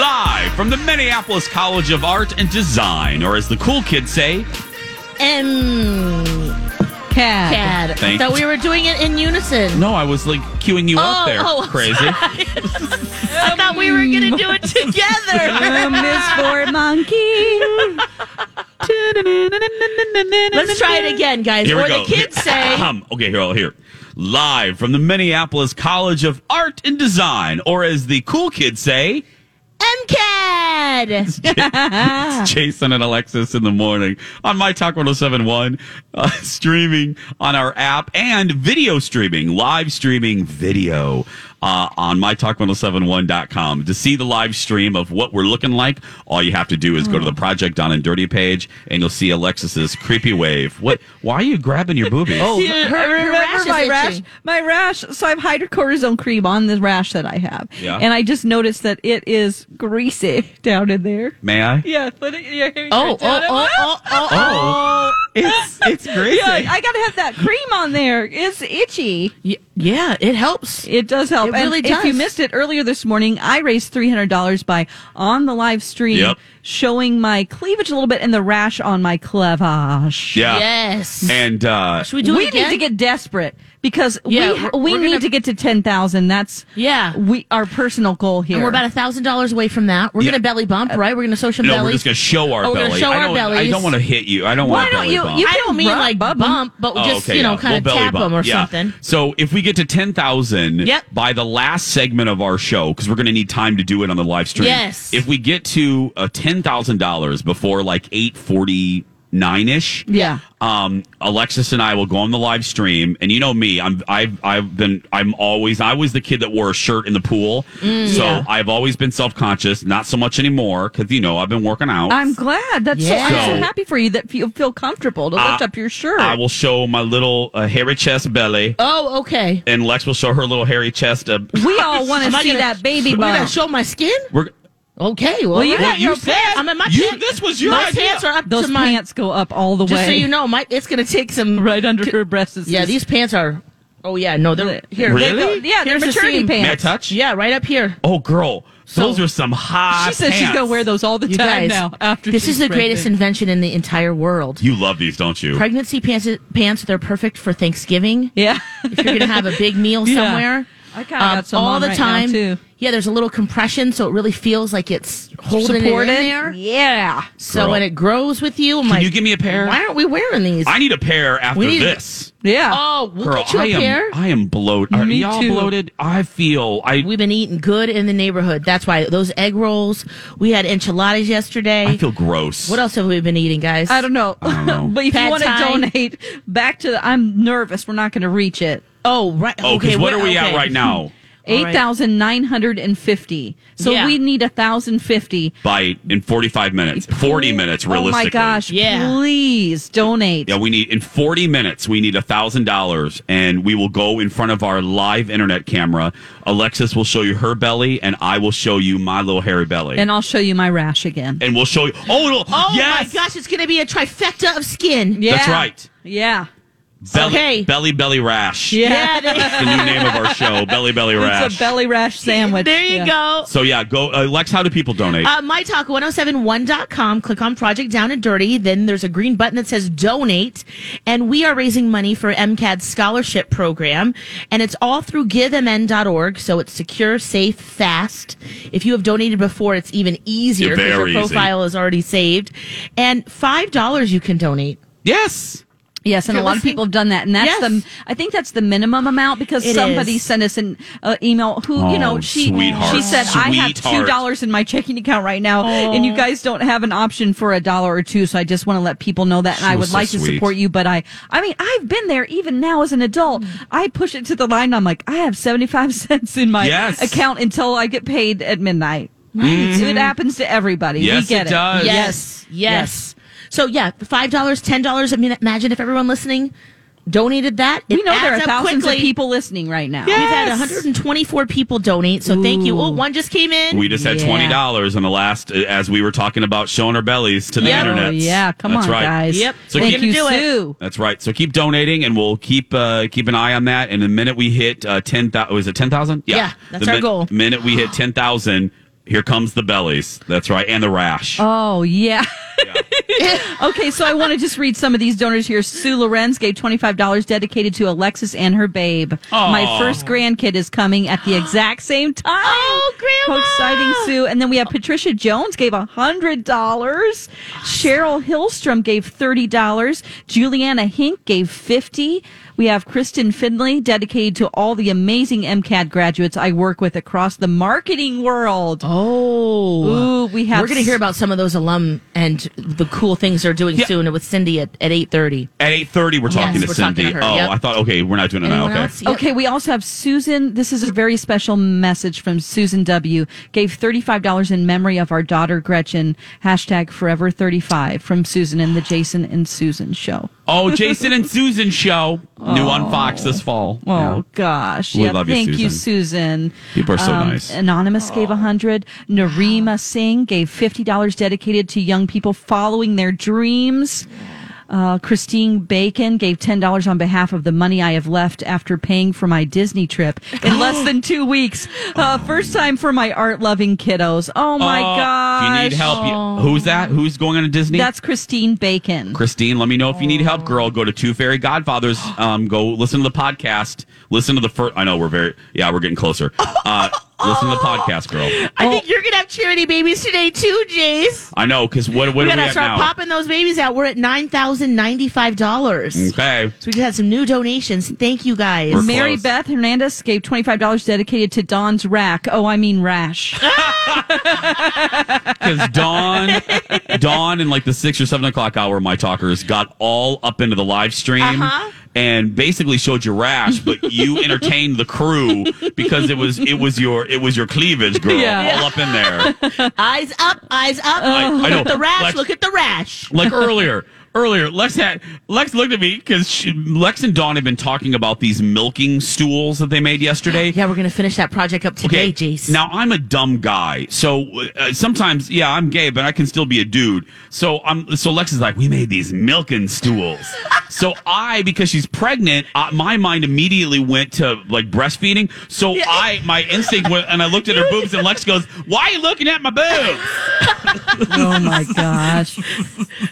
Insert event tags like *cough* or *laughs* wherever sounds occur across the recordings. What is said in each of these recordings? Live from the Minneapolis College of Art and Design, or as the cool kids say, M. Cat. Cad. Thank That you. we were doing it in unison. no, I was like queuing you up Oh, there, oh, crazy. I thought we were going to do it together. M is for monkey. Let's try it again, guys. Here or we go. the kids say, Ahem. okay, here, here. Live from the Minneapolis College of Art and Design, or as the cool kids say, MCAD. It's *laughs* Jason and Alexis in the morning on My Talk 1071, uh, streaming on our app and video streaming, live streaming video uh, on MyTalk1071.com. To see the live stream of what we're looking like, all you have to do is go Hmm. to the Project Don and Dirty page and you'll see Alexis's creepy wave. What? Why are you grabbing your boobies? Oh, *laughs* Her, her remember rash is my itchy. rash? My rash. So I have hydrocortisone cream on the rash that I have. Yeah. And I just noticed that it is greasy *laughs* down in there. may I? Yeah. Put it in your hair. Oh, oh, oh, oh, oh, oh. Oh, it's *laughs* it's crazy. Yeah, I gotta have that cream on there. It's itchy. Y- Yeah, it helps. It does help. It And really If you does. missed it earlier this morning, I raised three hundred dollars by on the live stream Yep. showing my cleavage a little bit and the rash on my cleavage. yeah. Yes. And uh, Should we do we it again? need to get desperate because Yeah, we we're- we we're need gonna- to get to ten thousand. That's Yeah. we our personal goal here. and we're about a thousand dollars away from that. We're Yeah. gonna belly bump, right? We're gonna social no, belly. we're just gonna show our Oh, we're gonna belly. show I our don't, I bellies. don't want to hit you. I don't Why want don't belly you- bump. you I don't mean rub- like bub bump, 'em. but Oh, just okay, you know, yeah. kind of We'll belly tap bump. them or Yeah. something. So if we get to ten thousand Yep. by the last segment of our show, because we're going to need time to do it on the live stream. Yes. If we get to uh, ten thousand dollars before like eight forty nine ish, yeah. um, Alexis and I will go on the live stream, and you know me, I'm I've I've been I'm always I was the kid that wore a shirt in the pool, Mm, so I've always been self conscious, not so much anymore because you know I've been working out. I'm glad. That's so, I'm Yeah. so happy for you that you feel comfortable to lift I- up your shirt. I will show my little uh, hairy chest belly, Oh, okay. and Lex will show her little hairy chest. Uh, we all want to Am I see gonna- that baby We're gonna bump. show my skin. we're Okay, well, you I- got your said- pants- I mean, my you- pant- this was your my idea. pants are up Those to my. pants go up all the just way. so you know, my it's gonna take some. *laughs* right under her breast. Is Yeah, these pants are. Oh yeah, no, they're here. Really? they go- Yeah, they're here's the maturity seam. pants. may I touch? Yeah, right up here. Oh, girl, those are some hot. She says she's pants. gonna wear those all the You time guys, now. After this is she's the greatest pregnant. invention in the entire world. You love these, don't you? Pregnancy pants, pants they're perfect for Thanksgiving. yeah. *laughs* if you're gonna have a big meal *laughs* Yeah. somewhere. um, I kinda got some all on the right now, time. too. Yeah, there's a little compression, so it really feels like it's holding Supported? it in there. Yeah. So Girl. when it grows with you, I'm Can like, you give me a pair? Why aren't we wearing these? I need a pair after We need to- this. Yeah. oh, we'll Girl, get you I a am pair. I am bloated. Are Me y'all too. bloated? I feel I We've been eating good in the neighborhood. That's why those egg rolls. We had enchiladas yesterday. I feel gross. what else have we been eating, guys? I don't know. I don't know. *laughs* but if Pad you want to Thai. donate back to the, I'm nervous. We're not going to reach it. Oh, right. Oh, because okay, what we're- are we at okay. right now? All right. 8,950. So Yeah. we need 1,050. By in forty five minutes, forty minutes, Oh realistically. my gosh. Yeah. Please donate. Yeah, we need in 40 minutes. We need a thousand dollars, and we will go in front of our live internet camera. Alexis will show you her belly, and I will show you my little hairy belly, and, And I'll show you my rash again. we'll show you. Oh, no. Oh yes, my gosh, it's going to be a trifecta of skin. Yeah. that's right. Yeah. Belly, Okay. belly, belly rash. Yeah, they- The new name of *laughs* our show, belly, belly rash. It's a belly rash sandwich. there you Yeah. go. so yeah, go. Uh, Lex, how do people donate? Uh, MyTalk1071.com, click on Project Down and Dirty. Then there's a green button that says Donate. And we are raising money for MCAD's scholarship program. And it's all through givemn.org. So it's secure, safe, fast. If you have donated before, it's even easier because your Very easy. profile is already saved. And $5 you can donate. yes. Yes, and a You're lot of listening- people have done that, and that's Yes. the. I think that's the minimum amount because It somebody is. sent us an uh, email who Oh, you know she sweetheart, she said I have two sweetheart." dollars in my checking account right now, and you guys don't have an option for a dollar or two, so I just want to let people know that, and She I was would so like to sweet. support you, but I I mean I've been there even now as an Mm. adult, I push it to the line, and I'm like I have seventy five *laughs* cents in my Yes. Mm-hmm. account until I get paid at midnight. It happens to everybody. Yes, we get it does. Yes. Yes. So yeah, five dollars, ten dollars. I mean, imagine if everyone listening donated that. It We know there are adds up thousands quickly. of people listening right now. We've had 124 people donate, so thank you. Oh, one just came in. *laughs* We just had Yeah. twenty dollars on the last, as we were talking about showing our bellies to the Yep. internet. Oh, yeah, come That's on, right. guys. Yep. So Thank keep- you, Do it. Sue. That's right. So keep donating, and we'll keep uh, keep an eye on that. And the minute we hit uh, ten thousand, was it ten thousand? Yeah, that's the our goal. Minute we hit ten thousand, here comes the bellies. That's right, and the rash. Oh yeah. *laughs* okay, so I want to just read some of these donors here. Sue Lorenz gave $25 dedicated to Alexis and her babe. My first grandkid is coming at *gasps* the exact same time. Oh, Grandma! How exciting, Sue. And then we have Patricia Jones gave $100. Cheryl Hillstrom gave $30. Juliana Hink gave 50 We have Kristen Finley dedicated to all the amazing MCAD graduates I work with across the marketing world. Oh, Ooh, we have We're going to hear about some of those alum and the cool things they're doing Yeah. soon with Cindy at, at 8:30. At eight thirty, we're talking to we're talking Cindy. to her. Oh, Yep. I thought okay, we're not doing it now. Anyone Okay. else? *laughs* Yep. Okay, we also have Susan. This is a very special message from Susan W. Gave $35 in memory of our daughter Gretchen. Hashtag forever 35 from Susan and the Jason and Susan show. Oh, Jason and Susan show new on Fox this fall. Oh Yeah. gosh. We love you, Thank Susan. you, Susan. Um, People are so nice. Anonymous gave a hundred. Narima Singh gave fifty dollars dedicated to young people following their dreams. Uh, Christine Bacon gave ten dollars on behalf of the money I have left after paying for my Disney trip in less *gasps* than two weeks. Uh, first time for my art loving kiddos. Oh my Oh, gosh! If you need help, you, who's that? Who's going on to Disney? That's Christine Bacon. Christine, let me know if you need Oh. help, girl. Go to Two Fairy *gasps* Godfathers. Um, go listen to the podcast. Listen to the first. I know we're very. Yeah, we're getting *laughs* closer. Uh, listen to the podcast, girl. I think you're going to have charity babies today too, Jace. I know because what what We do we got to have start now? popping those babies out. We're at nine thousand ninety-five dollars. *laughs* Okay, So we just had some new donations. Thank you guys. We're- Mary Close. Beth Hernandez gave $25 dedicated to Don's rack. Oh, I mean rash. *laughs* because Dawn, *laughs* Dawn, in like the six or seven o'clock hour, my talkers got all up into the live stream. Uh-huh. And basically showed your rash, but you *laughs* entertained the crew because it was it was your it was your cleavage, girl, Yeah. all up in there. Eyes up, eyes up. I- I look know. at the rash. Lex- look at the rash. like *laughs* earlier earlier lex had lex looked at me because lex and dawn had been talking about these milking stools that they made yesterday *gasps* Yeah, we're going to finish that project up today, Jace. now i'm a dumb guy so uh, sometimes yeah i'm gay but i can still be a dude so i'm so lex is like we made these milking *laughs* stools so i because she's pregnant uh, my mind immediately went to like breastfeeding so i my instinct went and i looked *laughs* at her boobs and lex goes why are you looking at my boobs oh *laughs* my gosh.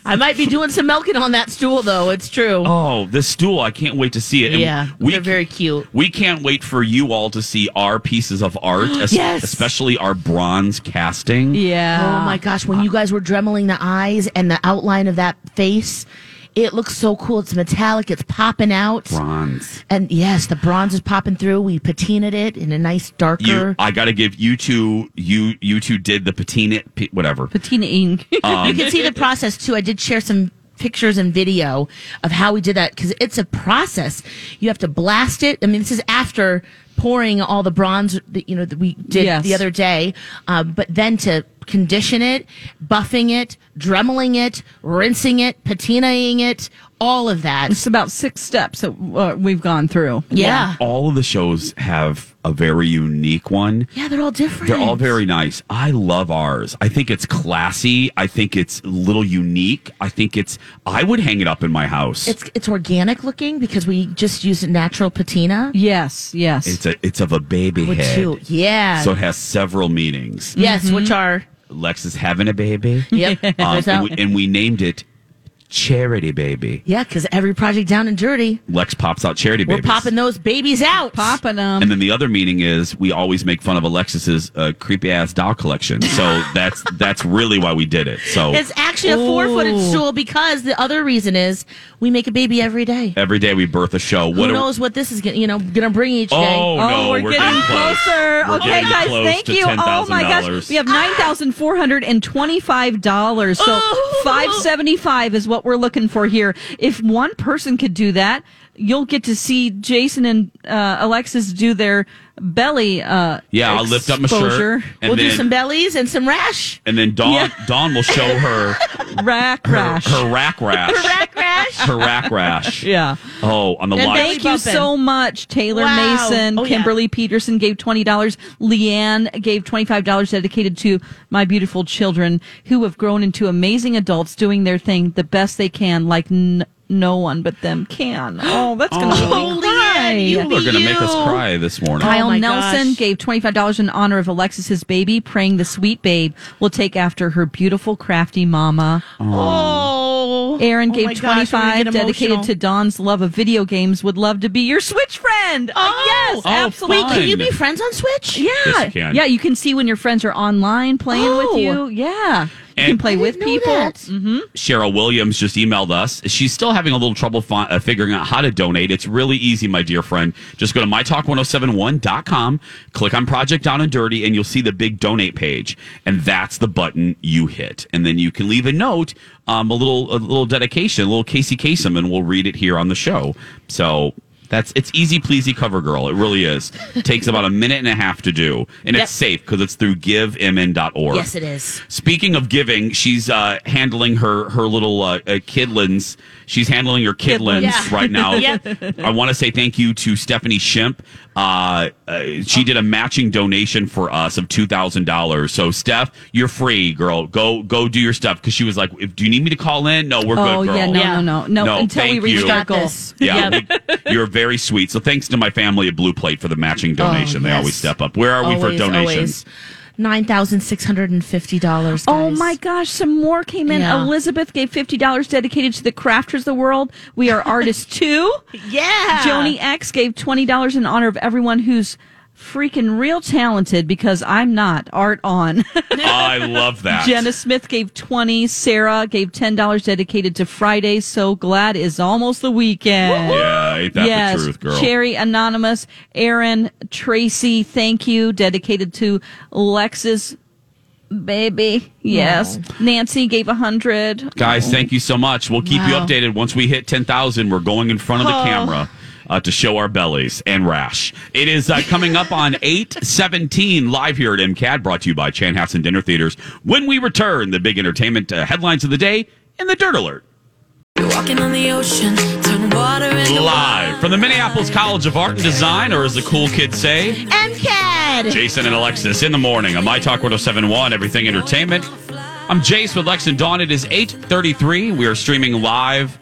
I might be doing some milking on that stool, though. It's true. Oh, this stool! I can't wait to see it. And Yeah, they're very cute. We can't wait for you all to see our pieces of art, es- *gasps* Yes. especially our bronze casting. Yeah. Oh my gosh, when you guys were dremeling the eyes and the outline of that face, it looks so cool. It's metallic, it's popping out. Bronze. And yes, the bronze is popping through. We patinaed it in a nice You, darker. I got to give you two. You you two did the patina, p- whatever. *laughs* Patina ink. you can *laughs* see the process too. I did share some pictures and video of how we did that because it's a process. You have to blast it. I mean, this is after pouring all the bronze that you know that we did Yes. the other day, um, but then to condition it, buffing it, dremeling it, rinsing it, patinaing it. all of that. It's about six steps that uh, we've gone through. Yeah. All of the shows have a very unique one. Yeah, they're all different. They're all very nice. I love ours. I think it's classy. I think it's a little unique. I think it's, I would hang it up in my house. It's it's organic looking because we just used natural patina. Yes, yes. It's a, it's of a baby Which head. you- Oh, yeah. So it has several meanings. yes, which Mm-hmm. are Lex is having a baby. *laughs* yep. Um, there's and, that we, one. and we named it Charity Baby. yeah, because every project down and dirty, Lex pops out Charity we're Baby. popping those babies out. Popping them. And then the other meaning is we always make fun of Alexis's uh, creepy ass doll collection. *laughs* So that's that's really why we did it. So It's actually a four footed Ooh. stool because the other reason is we make a baby every day. every day we birth a show. What Who are- knows what this is gonna you know gonna bring each day? Oh, no, we're, getting, closer. We're okay, getting guys, close thank to you. Oh my $10,000. gosh, we have nine thousand four hundred and twenty-five dollars. So Oh. five seventy-five is what we're looking for here. If one person could do that, you'll get to see Jason and uh, Alexis do their belly. Uh, Yeah, I'll lift up my shirt exposure. and we'll then do some bellies and some rash. and then Dawn Dawn will *laughs* show her rack her, rash. *laughs* her rack rash, Rack *laughs* rash. her rack rash. *laughs* Yeah. Oh, on the And live. they- Thank you bumping. so much, Taylor Wow. Mason. Oh, yeah. Kimberly Peterson gave twenty dollars. Leanne gave twenty five dollars, dedicated to my beautiful children who have grown into amazing adults, doing their thing the best they can, like n- no one but them *gasps* can. Oh, that's gonna Oh. make me cry. Leanne, you People are going to make us you. cry this morning. Kyle my Nelson gosh. gave $25 in honor of Alexis's baby, praying the sweet babe will take after her beautiful, crafty mama. Oh, Aaron Oh gave my gosh, 25 we're gonna get dedicated to emotional. Don's love of video games. Would love to be your Switch friend. Uh, Oh. yes, Oh, absolutely. Wait, can you be Fine. friends on Switch? Yeah. Yes, you can. Yeah, you can see when your friends are online playing Oh. with you. Yeah. You And- can play with know people. that. Mhm. Cheryl Williams just emailed us. She's still having a little trouble fi- uh, figuring out how to donate. It's really easy, my dear friend. Just go to mytalk1071.com, click on Project Down and Dirty, and you'll see the big donate page. And that's the button you hit. And then you can leave a note, um, a little a little dedication, a little Casey Kasem, and we'll read it here on the show. So that's it's easy pleasy cover girl. It really is. Takes about a minute and a half to do. And Yep. it's safe because it's through givemn.org. Yes, it is. Speaking of giving, she's uh, handling her her little uh, uh, kidlins. She's handling her kidlins Yeah. right now. Yep. I want to say thank you to Stephanie Shimp. Uh, uh, she did a matching donation for us of two thousand dollars. So Steph, you're free, girl. Go go do your stuff because she was like, if, "Do you need me to call in?" No, we're Oh, good, girl. yeah, no, Yeah. no, no, no, No, Until we thank reach you. our Got goal. this. Yeah, we- you're very sweet. So thanks to my family at Blue Plate for the matching donation. they yes. always step up. Where are we for donations? Nine thousand six hundred and fifty dollars. Oh my gosh, some more came in. Yeah. Elizabeth gave $50 dedicated to the crafters of the world. We *laughs* are artists too. Yeah, Joni X gave twenty dollars in honor of everyone who's freaking real talented because I'm not art on. *laughs* I love that. *laughs* Jenna Smith gave twenty. Sarah gave ten dollars dedicated to Friday. So glad is almost the weekend. Yeah, ain't that yes, the truth, girl? Cherry Anonymous, Aaron Tracy, thank you, dedicated to Lex's baby. Yes, Nancy gave a hundred. Guys, thank you so much. We'll keep Wow. you updated. Once we hit 10,000, we're going in front of the Oh. camera uh, to show our bellies and rash. It is uh, coming up *laughs* on 817 live here at MCAD, brought to you by Chanhassen Dinner Theaters. When we return, the big entertainment uh, headlines of the day and the dirt alert. Walking on the ocean, turn water into Live from the Minneapolis College of Art and Design, or as the cool kids say, MCAD. Jason and Alexis in the morning on My Talk 1071, Everything Entertainment. I'm Jace with Lex and Dawn. It is 8.33. We are streaming live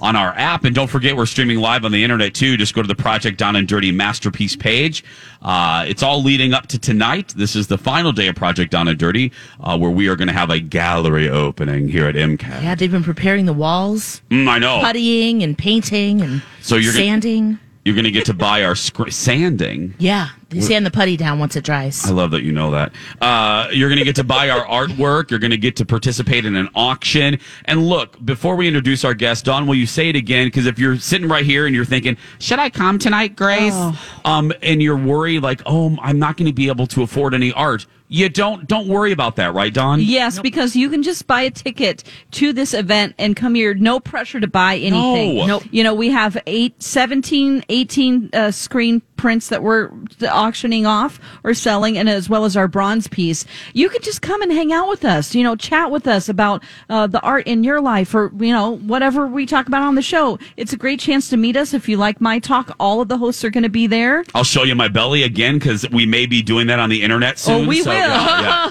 on our app. And don't forget, we're streaming live on the internet, too. Just go to the Project Down and Dirty Masterpiece page. Uh, it's all leading up to tonight. This is the final day of Project Down and Dirty, uh, where we are going to have a gallery opening here at MCAT. Yeah, they've been preparing the walls, Mm, I know. puttying and painting and So you're gonna- sanding. You're going to get to buy our scr- sanding. yeah, they sand the putty down once it dries. I love that you know that. Uh, you're going to get to buy our artwork. You're going to get to participate in an auction. And look, before we introduce our guest, Don, will you say it again? Because if you're sitting right here and you're thinking, should I come tonight, Grace? Oh. Um, and you're worried, like, oh, I'm not going to be able to afford any art. You don't don't worry about that, right, Don? Yes, because you can just buy a ticket to this event and come here. No pressure to buy anything. No. Nope. You know, we have eight, 17, 18 uh, screen prints that we're auctioning off or selling, and as well as our bronze piece. You could just come and hang out with us, you know, chat with us about uh, the art in your life or, you know, whatever we talk about on the show. It's a great chance to meet us. If you like my talk, all of the hosts are going to be there. I'll show you my belly again because we may be doing that on the internet soon. Oh, we will. yeah, yeah.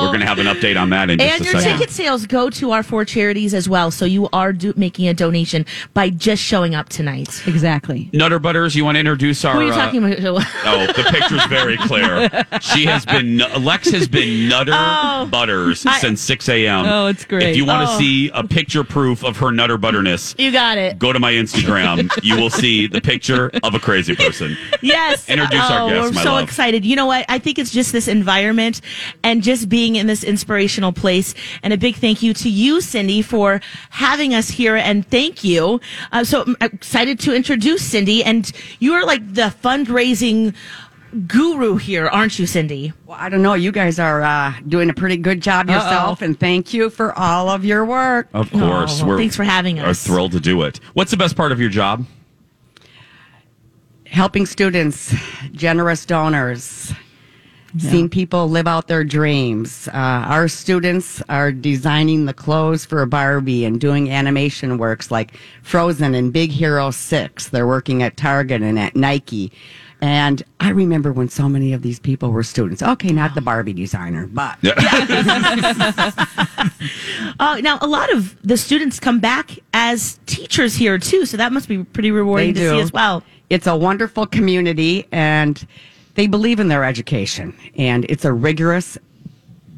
We're going to have an update on *laughs* that in And Oh, just a your second. ticket sales go to our four charities as well. So you are do- making a donation by just showing up tonight. Exactly. Nutter Butters, you want to introduce our. Who are you uh, talking about? *laughs* Oh, the picture's very clear. She has been Lex has been Nutter Butters since six a.m. Oh, it's great. If you want to see a picture proof of her Nutter Butterness, You got it. go to my Instagram. you will see the picture of a crazy person. Yes. *laughs* Oh, Introduce our guest, We're my so love. excited. You know what? I think it's just this environment and just being in this inspirational place. And a big thank you to you, Cindy, for having us here. And thank you. Uh, so I'm excited to introduce Cindy. And you are like the fundraising guru here, aren't you, Cindy? Well, I don't know. You guys are uh, doing a pretty good job yourself, and thank you for all of your work. Of course, Oh, well, thanks for having Are us. thrilled to do it. What's the best part of your job? Helping students, generous donors, seeing people live out their dreams. Uh, our students are designing the clothes for Barbie and doing animation works like Frozen and Big Hero 6. They're working at Target and at Nike. And I remember when so many of these people were students. Okay, not the Barbie designer, but Uh, now, a lot of the students come back as teachers here, too. So that must be pretty rewarding to They do. see as well. It's a wonderful community and they believe in their education and it's a rigorous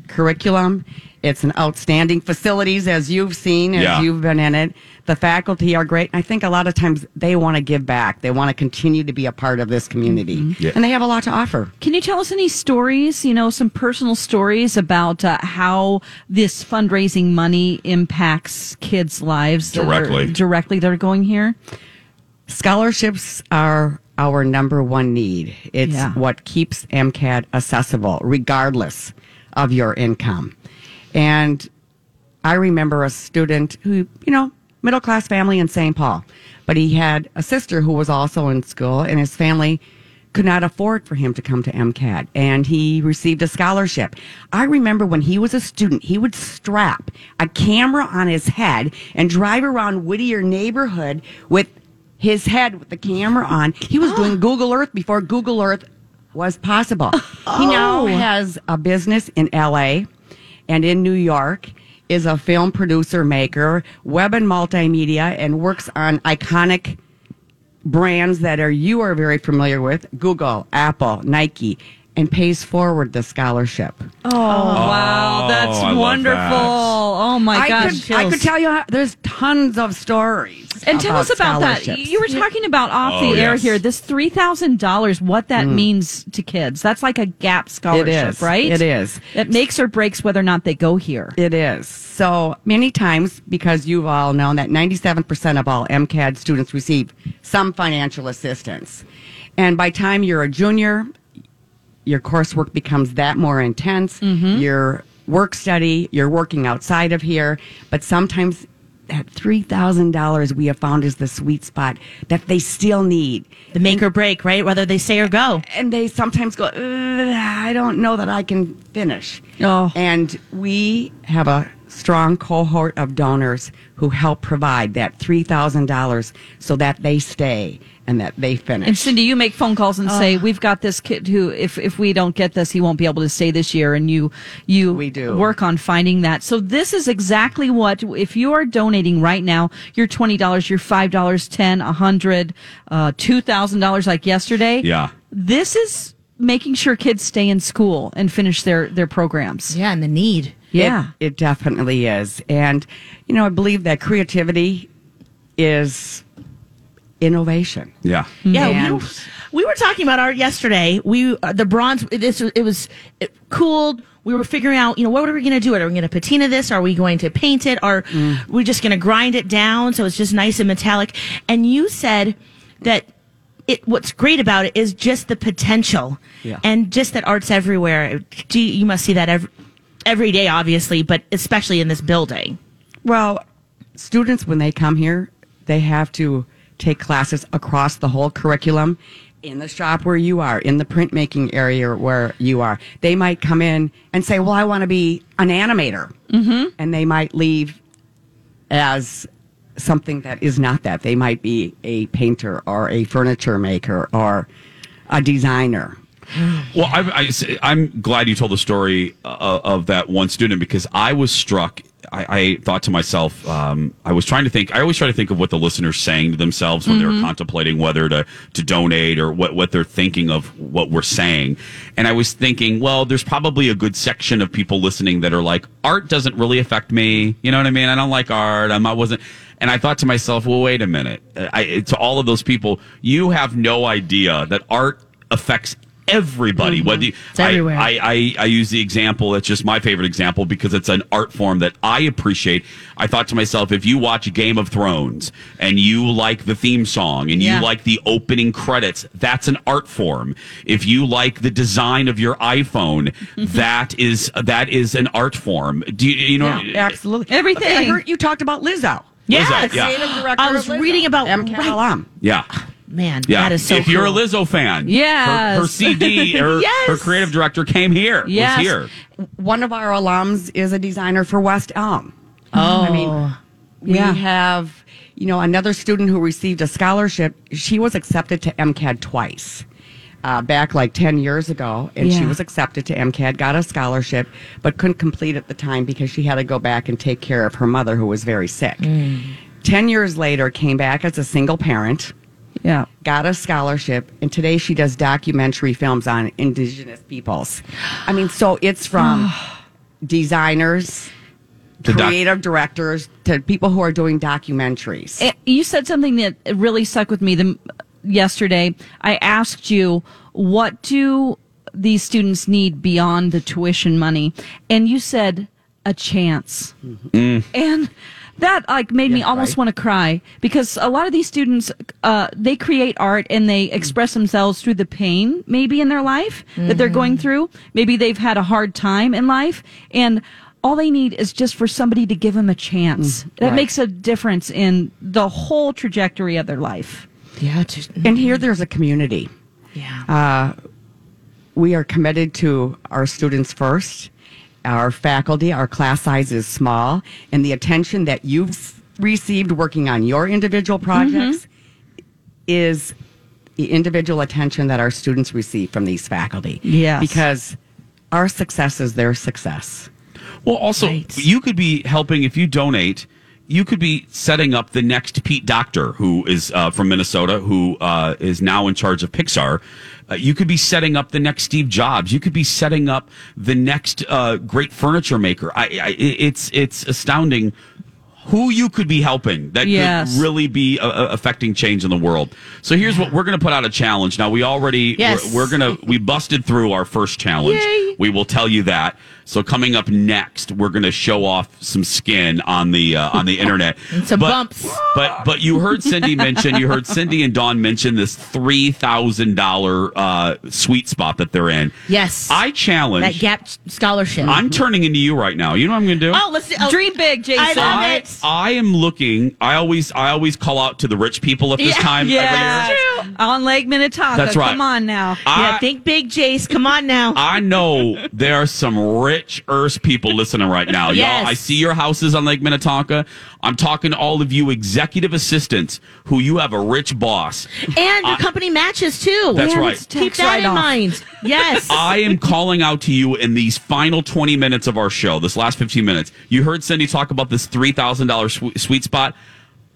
curriculum. It's an outstanding facilities as you've seen as Yeah. you've been in it. The faculty are great. I think a lot of times they want to give back. They want to continue to be a part of this community. And they have a lot to offer. Can you tell us any stories, you know, some personal stories about uh, how this fundraising money impacts kids' lives that are- Directly. directly that are going here? Scholarships are our number one need. It's Yeah. what keeps MCAD accessible, regardless of your income. And I remember a student who, you know, middle class family in St. Paul, but he had a sister who was also in school, and his family could not afford for him to come to MCAD, and he received a scholarship. I remember when he was a student, he would strap a camera on his head and drive around Whittier neighborhood with his head with the camera on. He *gasps* was doing Google Earth before Google Earth was possible. He Oh. now has a business in LA and in New York, is a film producer, maker, web and multimedia, and works on iconic brands that are you are very familiar with Google, Apple, Nike, and pays forward the scholarship. Oh, wow, that's Oh, I love wonderful. that. Oh my I, gosh. could, I could tell you how, there's tons of stories. and tell us about that. scholarships. You were talking about off Oh, the air yes. here this three thousand dollars. What that means to kids? That's like a gap scholarship, Mm. is. right? It is. It makes or breaks whether or not they go here. It is. So many times, because you've all known that 97% of all MCAD students receive some financial assistance. And by time you're a junior, your coursework becomes that more intense. Your work study, you're working outside of here, but sometimes that $3,000 we have found is the sweet spot that they still need. The make or break, right? Whether they say or go. And they sometimes go, "Ugh, I don't know that I can finish. Oh. And we have a strong cohort of donors who help provide that $3,000 so that they stay and that they finish. And Cindy, you make phone calls and say, "We've got this kid who, if if we don't get this, he won't be able to stay this year." And you you We do. work on finding that. So this is exactly what if you are donating right now, your twenty dollars, your five dollars, ten, a hundred, uh, two thousand dollars, like yesterday. Yeah. this is making sure kids stay in school and finish their their programs. Yeah, and the need. Yeah. It, it definitely is. And, you know, I believe that creativity is innovation. Yeah. Yeah, we And- were- we, were talking about art yesterday. We uh, the bronze. This was- it was it cooled. We were figuring out, you know, what are we going to do? It are we going to patina this? Are we going to paint it? Are Mm. we just going to grind it down so it's just nice and metallic? And you said that it. What's great about it is just the potential, Yeah. and just that art's everywhere. Do you, you must see that every every day, obviously, but especially in this building. Well, students, when they come here, they have to take classes across the whole curriculum. in the shop where you are, in the printmaking area where you are. They might come in and say, Well, I want to be an animator. Mm-hmm. And they might leave as something that is not that. They might be a painter or a furniture maker or a designer. Well, I, am glad you told the story uh, of that one student because I was struck. I, I thought to myself, um, I was trying to think. I always try to think of what the listener's saying to themselves when they're contemplating whether to to donate or what what they're thinking of what we're saying. And I was thinking, well, there's probably a good section of people listening that are like, art doesn't really affect me. You know what I mean? I don't like art. I'm, I wasn't. And I thought to myself, well, wait a minute. I, to all of those people, you have no idea that art affects everybody. Whether you, Mm-hmm. It's everywhere. I, I, I, I use the example that's just my favorite example because it's an art form that I appreciate. I thought to myself, if you watch Game of Thrones and you like the theme song and Yeah. you like the opening credits, that's an art form. If you like the design of your iPhone, Mm-hmm. that is that is an art form. Do you, you know? Absolutely. Everything. I heard you talked about Lizzo. Yes. Yeah. Creative director I of was Lizzo. reading about MCAT right. alum. Yeah. Man, Yeah. that is so If you're a cool. Lizzo fan, Yes. her, her *laughs* CD, her, Yes. her creative director came here. Yes. Was here. One of our alums is a designer for West Elm. Oh, I mean, we Yeah. have, you know, another student who received a scholarship. She was accepted to MCAD twice. Uh, back like 10 years ago, and she Yeah. was accepted to MCAD, got a scholarship, but couldn't complete at the time because she had to go back and take care of her mother who was very sick. Mm. 10 years later, came back as a single parent, Yeah. got a scholarship, and today she does documentary films on indigenous peoples. I mean, so it's from designers, To doc- creative directors, to people who are doing documentaries. Eh, You said something that really stuck with me the, yesterday. I asked you, what do these students need beyond the tuition money? And you said, a chance. And that like made me almost right. want to cry because a lot of these students uh, they create art and they Mm. express themselves through the pain maybe in their life that they're going Mm-hmm. through maybe they've had a hard time in life and all they need is just for somebody to give them a Mm, chance that right. makes a difference in the whole trajectory of their life yeah, just, and here there's a community. Uh, yeah. We are committed to our students first, our faculty, our class size is small, and the attention that you've received working on your individual projects Mm-hmm. is the individual attention that our students receive from these faculty. Yes. Because our success is their success. Well, also, you could be helping if you donate. You could be setting up the next Pete Doctor, who is uh, from Minnesota, who uh, is now in charge of Pixar. Uh, you could be setting up the next Steve Jobs. You could be setting up the next uh, great furniture maker. I, I, it's it's astounding who you could be helping that Yes. could really be uh, uh, affecting change in the world. So here's what we're going to put out a challenge. Now we already Yes. we're, we're gonna we busted through our first challenge. We will tell you that. So coming up next, we're gonna show off some skin on the uh, *laughs* on the internet. some But- bumps. But but you heard Cindy mention you heard Cindy and Dawn mention this three thousand thousand dollar uh, sweet spot that they're in. Yes. I challenge. that gap scholarship. I'm turning into you right now. You know what I'm gonna do? oh, let's do, oh, dream big jason I love I, it. I am looking. I always I always call out to the rich people at this Yeah. time. every year. yeah on lake minnetonka That's right. come on now yeah, I- think big, Jace. Come on now. I know there are some rich earth people listening right now. Yes. Y'all, I see your houses on Lake Minnetonka. I'm talking to all of you executive assistants who you have a rich boss. and your company matches too. uh, That's Yeah, right. Uh, let's Keep tax that in write-off. *laughs* mind. Yes. I am calling out to you in these final 20 minutes of our show, this last 15 minutes. You heard Cindy talk about this $3,000 swe- sweet spot.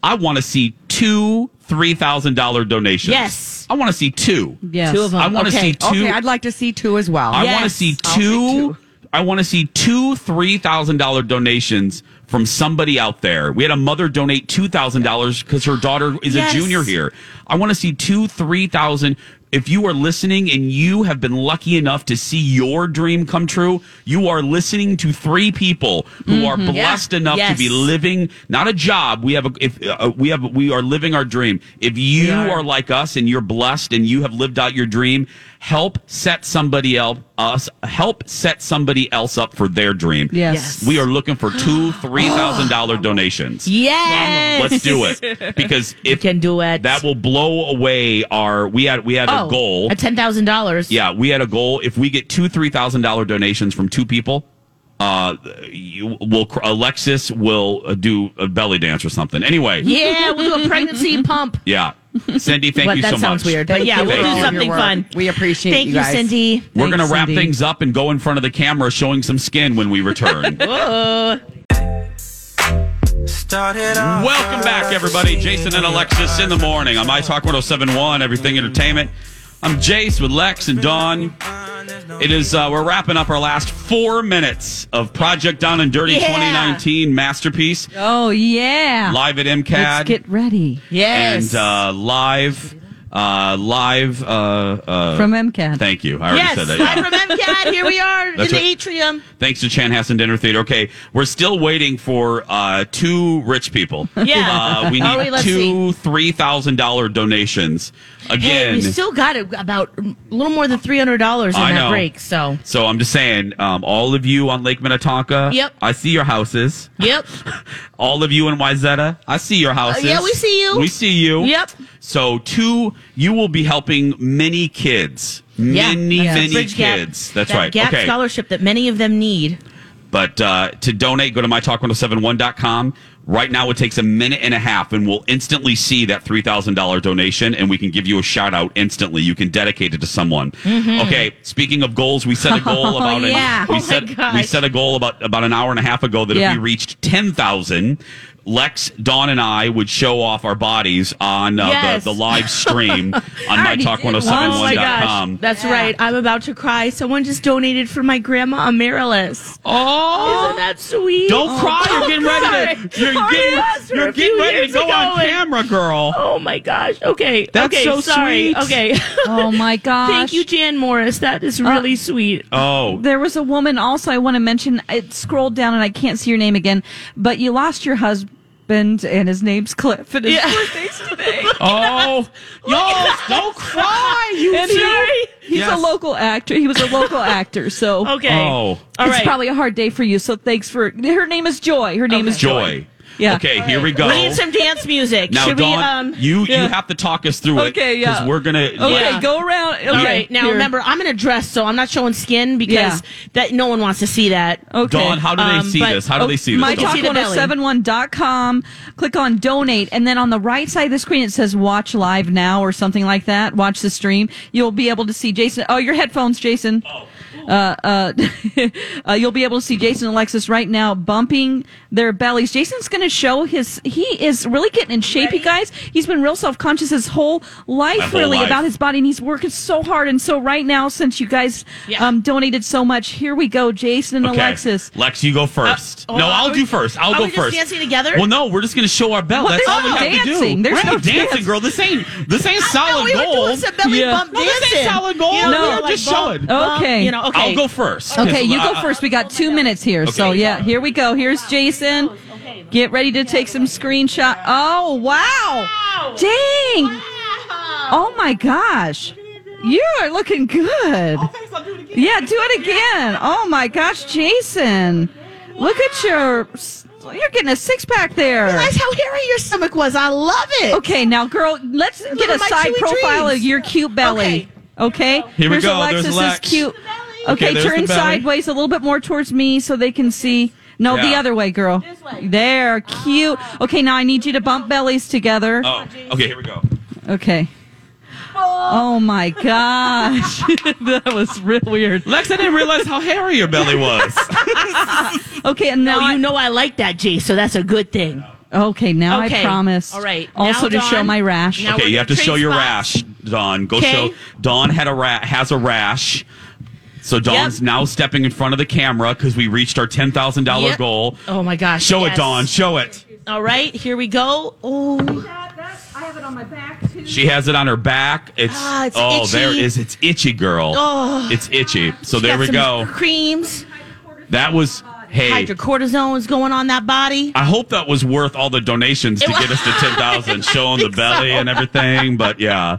I want to see two $3,000 donations. Yes. I want to see two. Yes. Two of them. I want to see Okay. two. Okay, I'd like to see two as well. I Yes. want to see I'll take two. two. I want to see two three thousand dollar donations from somebody out there. We had a mother donate two thousand dollars because her daughter is Yes. a junior here. I want to see two three thousand. If you are listening and you have been lucky enough to see your dream come true, you are listening to three people who are blessed enough Mm-hmm. Yes. to be living not a job. We have a if uh, we have we are living our dream. If you are like us and you're blessed and you have lived out your dream, help set somebody else us help set somebody else up for their dream. Yes. We are looking for *gasps* two, three thousand dollar donations. Yes. Let's do *laughs* it. Because if Can do it. Oh. that will blow away our we had we had a goal. A ten thousand dollars. yeah, we had a goal. If we get two, three thousand dollar donations from two people, uh, you will Alexis will uh, do a belly dance or something. Anyway, Yeah, we'll do *laughs* a pregnancy pump. yeah. Cindy, thank But you that so sounds much. weird. But yeah, you we'll for do all something your work. fun. We appreciate Thank you you, guys. Cindy. We're going to Thanks, wrap Cindy. things up and go in front of the camera showing some skin when we *laughs* return. Welcome back, everybody. Jason and Alexis in the morning on My Talk 1071, Everything Entertainment. I'm Jace with Lex and Dawn. It is, uh, we're wrapping up our last four minutes of Project Down and Dirty Yeah. 2019 Masterpiece, Oh yeah. live at Let's MCAD get ready Yes. and uh, live, uh, live, uh, uh, from MCAD. thank you. I already yes. said that. yeah. Live from MCAT. Here we are That's in the right. atrium. Thanks to Chanhassen Dinner Theater. Okay, we're still waiting for uh, two rich people. Yeah. uh, we Oh, need wait, let's two three thousand dollar donations Hey, again. we still got a- about a little more than three hundred dollars in I that know. break. So. so I'm just saying, um, all of you on Lake Minnetonka, Yep. I see your houses. Yep. All of you in Wyzetta, I see your houses. Uh, yeah, we see you. We see you. Yep. So two, you will be helping many kids, Yeah. many that's many Bridge Gap- kids. That's that right. Gap okay. scholarship that many of them need. But uh, to donate, go to mytalk1071.com. Right now, it takes a minute and a half, and we'll instantly see that $3,000 donation, and we can give you a shout out instantly. You can dedicate it to someone. Okay, speaking of goals, we set a *laughs* goal about an, Mm-hmm. yeah. we, Oh, my set, we gosh. set a goal about, about an hour and a half ago that Yeah. if we reached 10,000, Lex, Dawn, and I would show off our bodies on uh, Yes. the, the live *laughs* stream on already did once. Oh my mytalk1071.com. gosh. That's right. I'm about to cry. Someone just donated for my grandma Amaryllis. oh, Isn't that sweet? Don't cry. Oh, You're getting ready to. sorry. You're Sorry, getting, yes, you're a few getting ready to years go on ago and- camera, girl. Oh my gosh. Okay. That's okay. so sorry. sweet. Okay. *laughs* Oh my gosh. Thank you, Jan Morris. That is really sweet. Oh, There was a woman also I want to mention. It scrolled down and I can't see your name again, but you lost your husband and his name's Cliff. And his Yeah. birthday's *laughs* today. oh, yo, don't cry. You And he- he's Yes. a local actor. He was a local actor, so *laughs* Okay. Oh. All it's right. probably a hard day for you. So thanks for her name is Joy. Her name is Joy. joy. Yeah. Okay, here we go. we need some dance music. now, Should we? Dawn, Um, you yeah. you have to talk us through it. Okay, yeah. Because we're gonna. Okay, Yeah. go around. Okay, all right. Now here. remember, I'm in a dress, so I'm not showing skin because Yeah. that no one wants to see that. Okay. Dawn, how do they Um, see but- this? How do they see this? My Let's Dawn? talk see the belly. 1071.com. Click on donate. And then on the right side of the screen, it says watch live now or something like that. Watch the stream. You'll be able to see Jason. Oh, your headphones, Jason. Uh, uh, *laughs* uh, you'll be able to see Jason and Alexis right now bumping their bellies. Jason's going to show his. He is really getting in shape, you guys. He's been real self conscious his whole life, whole really, life. about his body, and he's working so hard. And so, right now, since you guys Yeah. um, donated so much, here we go, Jason and Okay. Alexis. Lex, you go first. Uh, no, well, I'll are do we- first. I'll are go we just first. dancing together? Well, no, we're just going to show our bell. Well, That's there's all we no have to do. dancing. There's we're no not dancing, dance. girl. This ain't this ain't solid we gold. were doing some belly Yeah. bump No, dancing. this ain't solid gold. You know, No. we were Just like show bump, it. bump, Okay. You know, okay. I'll go first. Okay, you Uh, go uh, first. We got two minutes here. So, Okay. yeah, here we go. Here's Jason. Get ready to take some screenshot. Oh, wow. Dang. Oh, my gosh. You are looking good. Yeah, do it again. Oh, my gosh, Jason. Look at your. You're getting a six pack there. Realize how hairy your stomach was. I love it. *laughs* Okay, now, girl, let's get at a my side chewy profile dreams. of your cute belly. Okay, Here we Here's go. There's Alexis's Lex. cute. Okay, Okay, there's the turn belly. sideways a little bit more towards me so they can see. No, the Yeah. other way, girl. There, cute. Okay, now I need you to bump bellies together. Oh, okay, here we go. Okay. Oh my gosh, *laughs* that was real weird. Lex, I didn't realize how hairy your belly *laughs* was. Okay, and now Now you I, know I like that, Jay, so that's a good thing. okay, now I Okay. promise. All right. Also Now, to show Dawn, my rash. now- okay, we're you have to gonna show trade your spots. rash, Dawn. Go Okay. show. Dawn had a ra- has a rash. So Dawn's Yep. now stepping in front of the camera because we reached our ten thousand thousand dollar Yep. goal. Oh my gosh. Show it, yes. Dawn. Show it. All right, here we go. Oh, I have it on my back too. She has it on her back. It's, Ah, it's oh, itchy. there it is. It's itchy, girl. Oh. it's itchy. So there got we some go. Creams, That was hey. hydrocortisone's going on that body. I hope that was *laughs* worth all the donations to get us to ten thousand, showing the belly and everything. But yeah,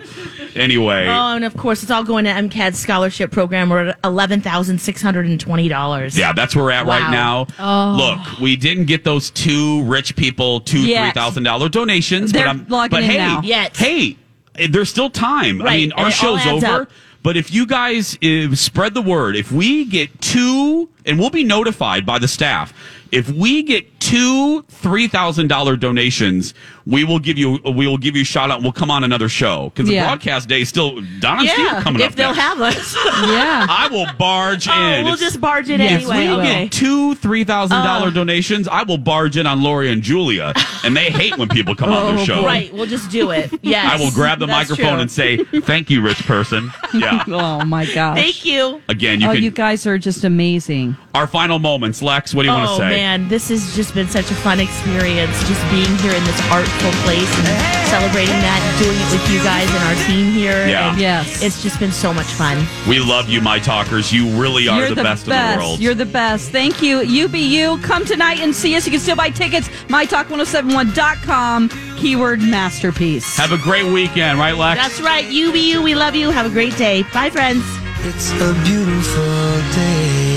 Anyway, Oh, and of course, it's all going to MCAD scholarship program. We're at eleven thousand six hundred and twenty dollars. yeah, that's where we're at right Wow. now. Look, we didn't get those two rich people two Yes. three thousand dollar donations, They're but I'm logging but in hey, now. Yet. hey, eh, there's still time. I Right, mean, our and it all show's adds over. up. But if you guys eh, spread the word, if we get two, and we'll be notified by the staff, if we get two three thousand dollar donations, we will give you we will give you a shout out. and We'll come on another show because Yeah. the broadcast day is still Don and Steve coming if up. they'll next. *laughs* have us. Yeah. *laughs* I will barge *laughs* oh, in. we'll If- just barge in Yes, anyway. we will. okay. two three thousand dollar donations, I will barge in on Lori and Julia, and they hate when people come *laughs* on their show. Oh, Right, we'll just *laughs* do it. Yes, I will grab the that's microphone true. and say, "Thank you, rich person." Yeah. oh my gosh. "Thank you." Again, you oh, can. you guys are just amazing. our final moments, Lex. What do you want to Oh say? man, this has just been such a fun experience. Just being here in this artful place and celebrating that, and doing it with you guys and our team here. Yeah. and Yes. it's just been so much fun. We love you, my talkers. You really are You're the, best, in the world. You're the best. Thank you. UBU, come tonight and see us. You can still buy tickets. MyTalk1071.com, keyword masterpiece. Have a great weekend, right, Lex? That's right, UBU. We love you. Have a great day. Bye, friends. It's a beautiful day.